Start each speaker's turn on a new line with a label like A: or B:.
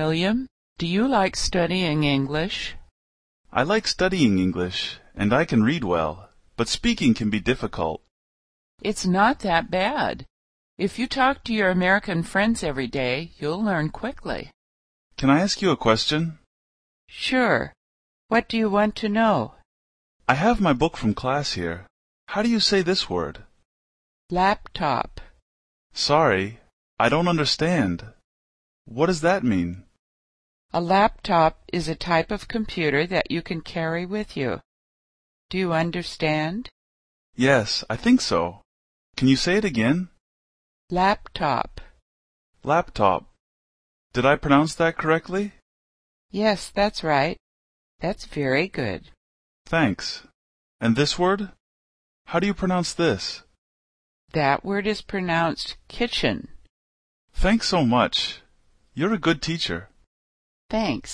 A: William, do you like studying English?
B: I like studying English, and I can read well, but speaking can be difficult.
A: It's not that bad. If you talk to your American friends every day, you'll learn quickly.
B: Can I ask you a question?
A: Sure. What do you want to know?
B: I have my book from class here. How do you say this word?
A: Laptop.
B: Sorry, I don't understand. What does that mean?
A: A laptop is a type of computer that you can carry with you. Do you understand?
B: Yes, I think so. Can you say it again?
A: Laptop.
B: Laptop. Did I pronounce that correctly?
A: Yes, that's right. That's very good.
B: Thanks. And this word? How do you pronounce this?
A: That word is pronounced kitchen.
B: Thanks so much. You're a good teacher.
A: Thanks.